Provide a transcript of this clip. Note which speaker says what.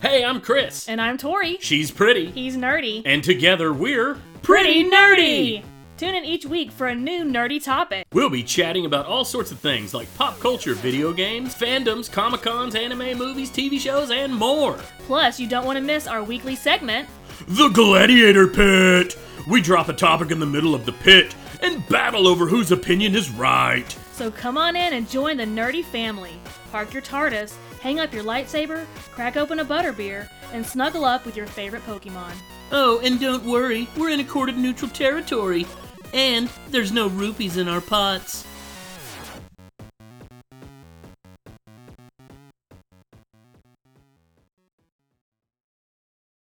Speaker 1: Hey, I'm Chris.
Speaker 2: And I'm Tori.
Speaker 1: She's pretty.
Speaker 2: He's nerdy.
Speaker 1: And together we're
Speaker 2: Tune in each week for a new nerdy topic.
Speaker 1: We'll be chatting about all sorts of things like pop culture, video games, fandoms, comic cons, anime, movies, TV shows, and more.
Speaker 2: Plus, you don't want to miss our weekly segment.
Speaker 1: The Gladiator Pit! We drop a topic in the middle of the pit and battle over whose opinion is right.
Speaker 2: So come on in and join the nerdy family. Park your TARDIS, hang up your lightsaber, crack open a butterbeer, and snuggle up with your favorite Pokemon.
Speaker 1: Oh, and don't worry, we're in accorded neutral territory. And there's no rupees in our pots.